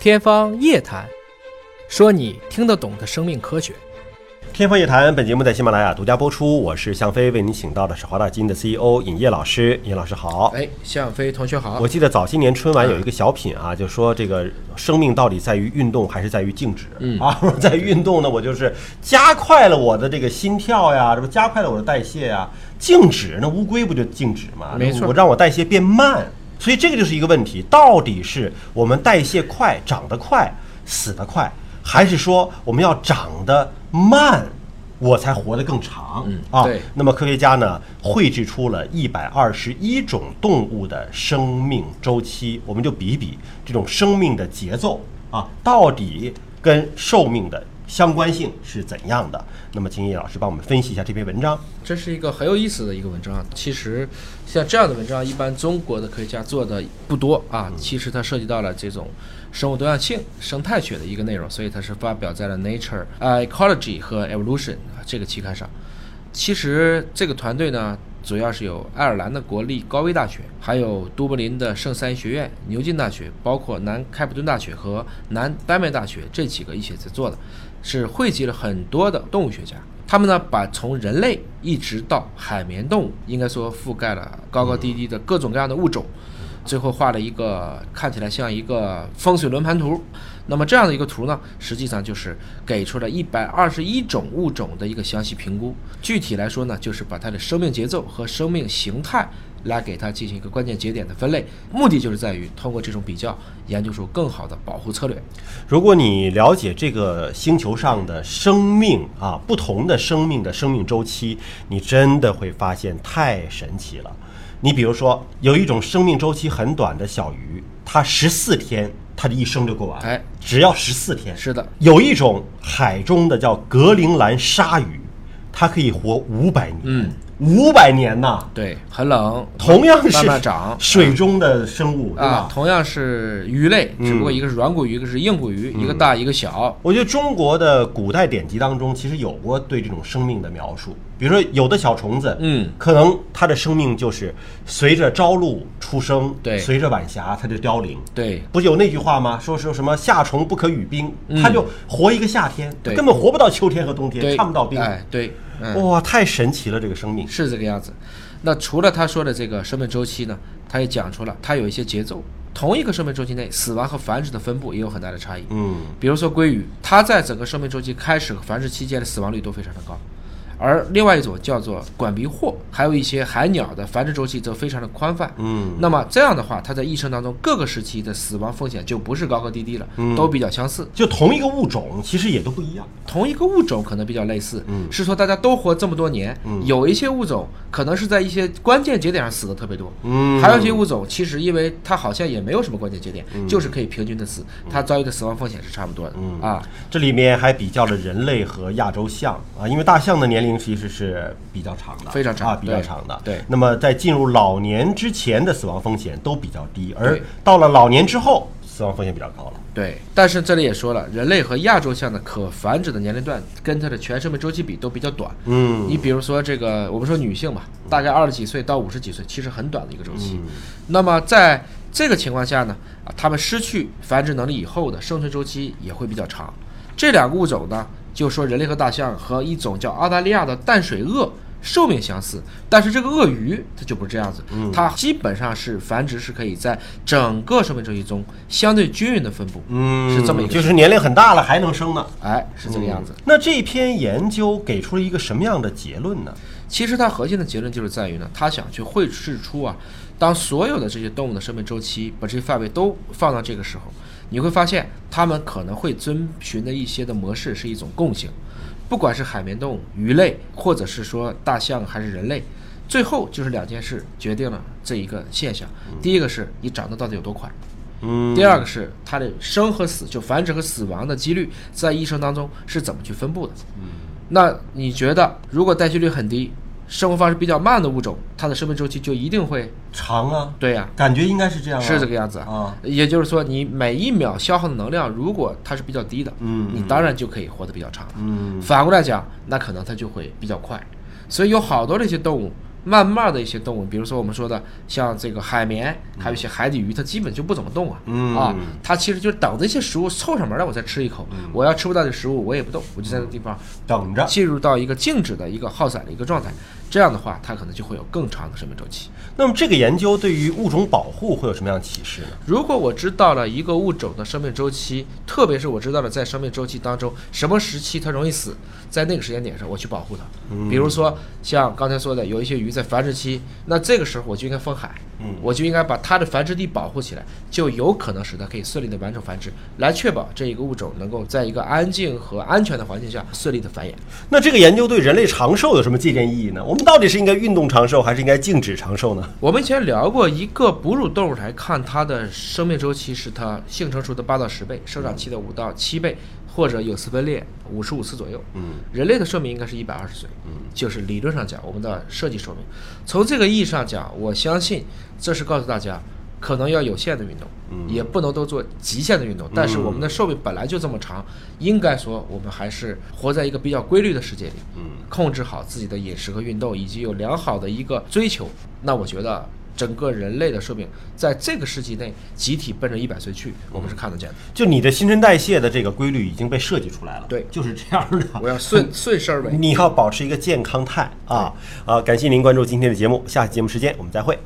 天方夜谭，说你听得懂的生命科学。天方夜谭，本节目在喜马拉雅独家播出，我是向飞，为您请到的是华大基因的 CEO 尹烨老师。尹老师好。哎，向飞同学好我，记得早些年春晚有一个小品啊，就说这个生命到底在于运动还是在于静止？嗯啊， 在于运动呢，我就是加快了我的这个心跳呀，这不加快了我的代谢呀。静止，那乌龟不就静止吗？没错我让我代谢变慢，所以这个就是一个问题，到底是我们代谢快、长得快、死得快，还是说我们要长得慢？我才活得更长、啊！对那么科学家呢，绘制出了一百二十一种动物的生命周期，我们就比一比这种生命的节奏啊，到底跟寿命的相关性是怎样的？那么，金毅老师帮我们分析一下这篇文章。这是一个很有意思的一个文章。啊其实像这样的文章，一般中国的科学家做的不多啊。其实它涉及到了这种生物多样性、生态学的一个内容，所以它是发表在了《Nature》啊、Ecology 和 Evolution 啊这个期刊上。其实这个团队呢，主要是有爱尔兰的国立高威大学，还有都柏林的圣三学院、牛津大学，包括南开普敦大学和南丹麦大学这几个一起在做的，是汇集了很多的动物学家。他们呢，把从人类一直到海绵动物，应该说覆盖了高高低低的各种各样的物种。最后画了一个看起来像一个风水轮盘图。那么这样的一个图呢，实际上就是给出了一百二十一种物种的一个详细评估。具体来说呢，就是把它的生命节奏和生命形态来给它进行一个关键节点的分类，目的就是在于通过这种比较，研究出更好的保护策略。如果你了解这个星球上的生命啊，不同的生命的生命周期，你真的会发现太神奇了。你比如说，有一种生命周期很短的小鱼，它十四天，它的一生就过完了，哎只要十四天。是的，有一种海中的叫格陵兰鲨鱼，它可以活五百年，嗯五百年呐、对，很冷，同样是慢慢长嗯水中的生物，对吧啊，？同样是鱼类，只嗯不过一个是软骨鱼，一个是硬骨鱼，一个大一个小。我觉得中国的古代典籍当中，其实有过对这种生命的描述。比如说，有的小虫子，嗯，可能它的生命就是随着朝露出生，对随着晚霞它就凋零。对，不是有那句话吗？说说什么夏虫不可语冰，它就活一个夏天，嗯对根本活不到秋天和冬天，对，看不到冰。哎，对，嗯。哇，太神奇了，这个生命。是这个样子。那除了他说的这个生命周期呢，他也讲出了它有一些节奏。同一个生命周期内，死亡和繁殖的分布也有很大的差异。嗯，比如说鲑鱼，它在整个生命周期开始和繁殖期间的死亡率都非常的高，而另外一种叫做管鼻藿，还有一些海鸟的繁殖周期则非常的宽泛。嗯，那么这样的话，它在一生当中各个时期的死亡风险就不是高高低低了，嗯都比较相似。就同一个物种，其实也都不一样。同一个物种可能比较类似，是说大家都活这么多年，有一些物种可能是在一些关键节点上死的特别多，嗯还有一些物种其实因为它好像也没有什么关键节点，就是可以平均的死，它遭遇的死亡风险是差不多的、啊。这里面还比较了人类和亚洲象啊，因为大象的年龄其实是比较长的，非常长啊，比较对长的。对那么在进入老年之前的死亡风险都比较低，而对到了老年之后，死亡风险比较高了。对，但是这里也说了，人类和亚洲象的可繁殖的年龄段跟它的全生命周期比都比较短。嗯，你比如说这个，我们说女性吧，大概二十几岁到五十几岁，其实很短的一个周期。嗯那么在这个情况下呢，啊，它们失去繁殖能力以后的生存周期也会比较长。这两个物种呢，就说人类和大象和一种叫澳大利亚的淡水鳄。寿命相似，但是这个鳄鱼它就不是这样子，嗯它基本上是繁殖是可以在整个生命周期中相对均匀的分布，嗯，是这么一个就是年龄很大了还能生呢。哎，是这个样子。那这篇研究给出了一个什么样的结论呢？其实它核心的结论就是在于呢，他想去绘制出啊，当所有的这些动物的生命周期把这些范围都放到这个时候，你会发现它们可能会遵循的一些的模式是一种共性，不管是海绵动物、鱼类，或者是说大象还是人类，最后就是两件事决定了这一个现象。第一个是你长得到底有多快，嗯第二个是它的生和死，就繁殖和死亡的几率，在一生当中是怎么去分布的？嗯，那你觉得，如果代谢率很低，生活方式比较慢的物种，它的生命周期就一定会长啊，对呀、感觉应该是这样、啊，是这个样子啊。也就是说，你每一秒消耗的能量，如果它是比较低的，嗯，你当然就可以活得比较长了。嗯，反过来讲，那可能它就会比较快。所以有好多这些动物，慢慢的一些动物，比如说我们说的像这个海绵，还有一些海底鱼，它基本就不怎么动啊，嗯啊，它其实就等这些食物凑上门来我再吃一口，嗯我要吃不到这食物我也不动，我就在那地方等着。进入到一个静止的一个耗散的一个状态，这样的话它可能就会有更长的生命周期。那么这个研究对于物种保护会有什么样的启示呢？如果我知道了一个物种的生命周期，特别是我知道了在生命周期当中什么时期它容易死，在那个时间点上我去保护它。比如说像刚才说的，有一些鱼在繁殖期，那这个时候我就应该封海，我就应该把它的繁殖地保护起来，就有可能使它可以顺利的完成繁殖，来确保这一个物种能够在一个安静和安全的环境下顺利的繁衍。那这个研究对人类长寿有什么借鉴意义呢？我们到底是应该运动长寿，还是应该静止长寿呢？我们以前聊过，一个哺乳动物来看它的生命周期是它性成熟的八到十倍，生长期的五到七倍，或者有丝分裂五十五次左右。嗯，人类的寿命应该是一百二十岁，就是理论上讲我们的设计寿命。从这个意义上讲，我相信这是告诉大家，可能要有限的运动，也不能都做极限的运动。但是我们的寿命本来就这么长，应该说我们还是活在一个比较规律的世界里。控制好自己的饮食和运动，以及有良好的一个追求，那我觉得整个人类的寿命在这个世纪内集体奔着一百岁去，我们是看得见的。就你的新陈代谢的这个规律已经被设计出来了，对就是这样的。我要顺顺势而 为。你要保持一个健康态啊！啊，感谢您关注今天的节目，下期节目时间我们再会。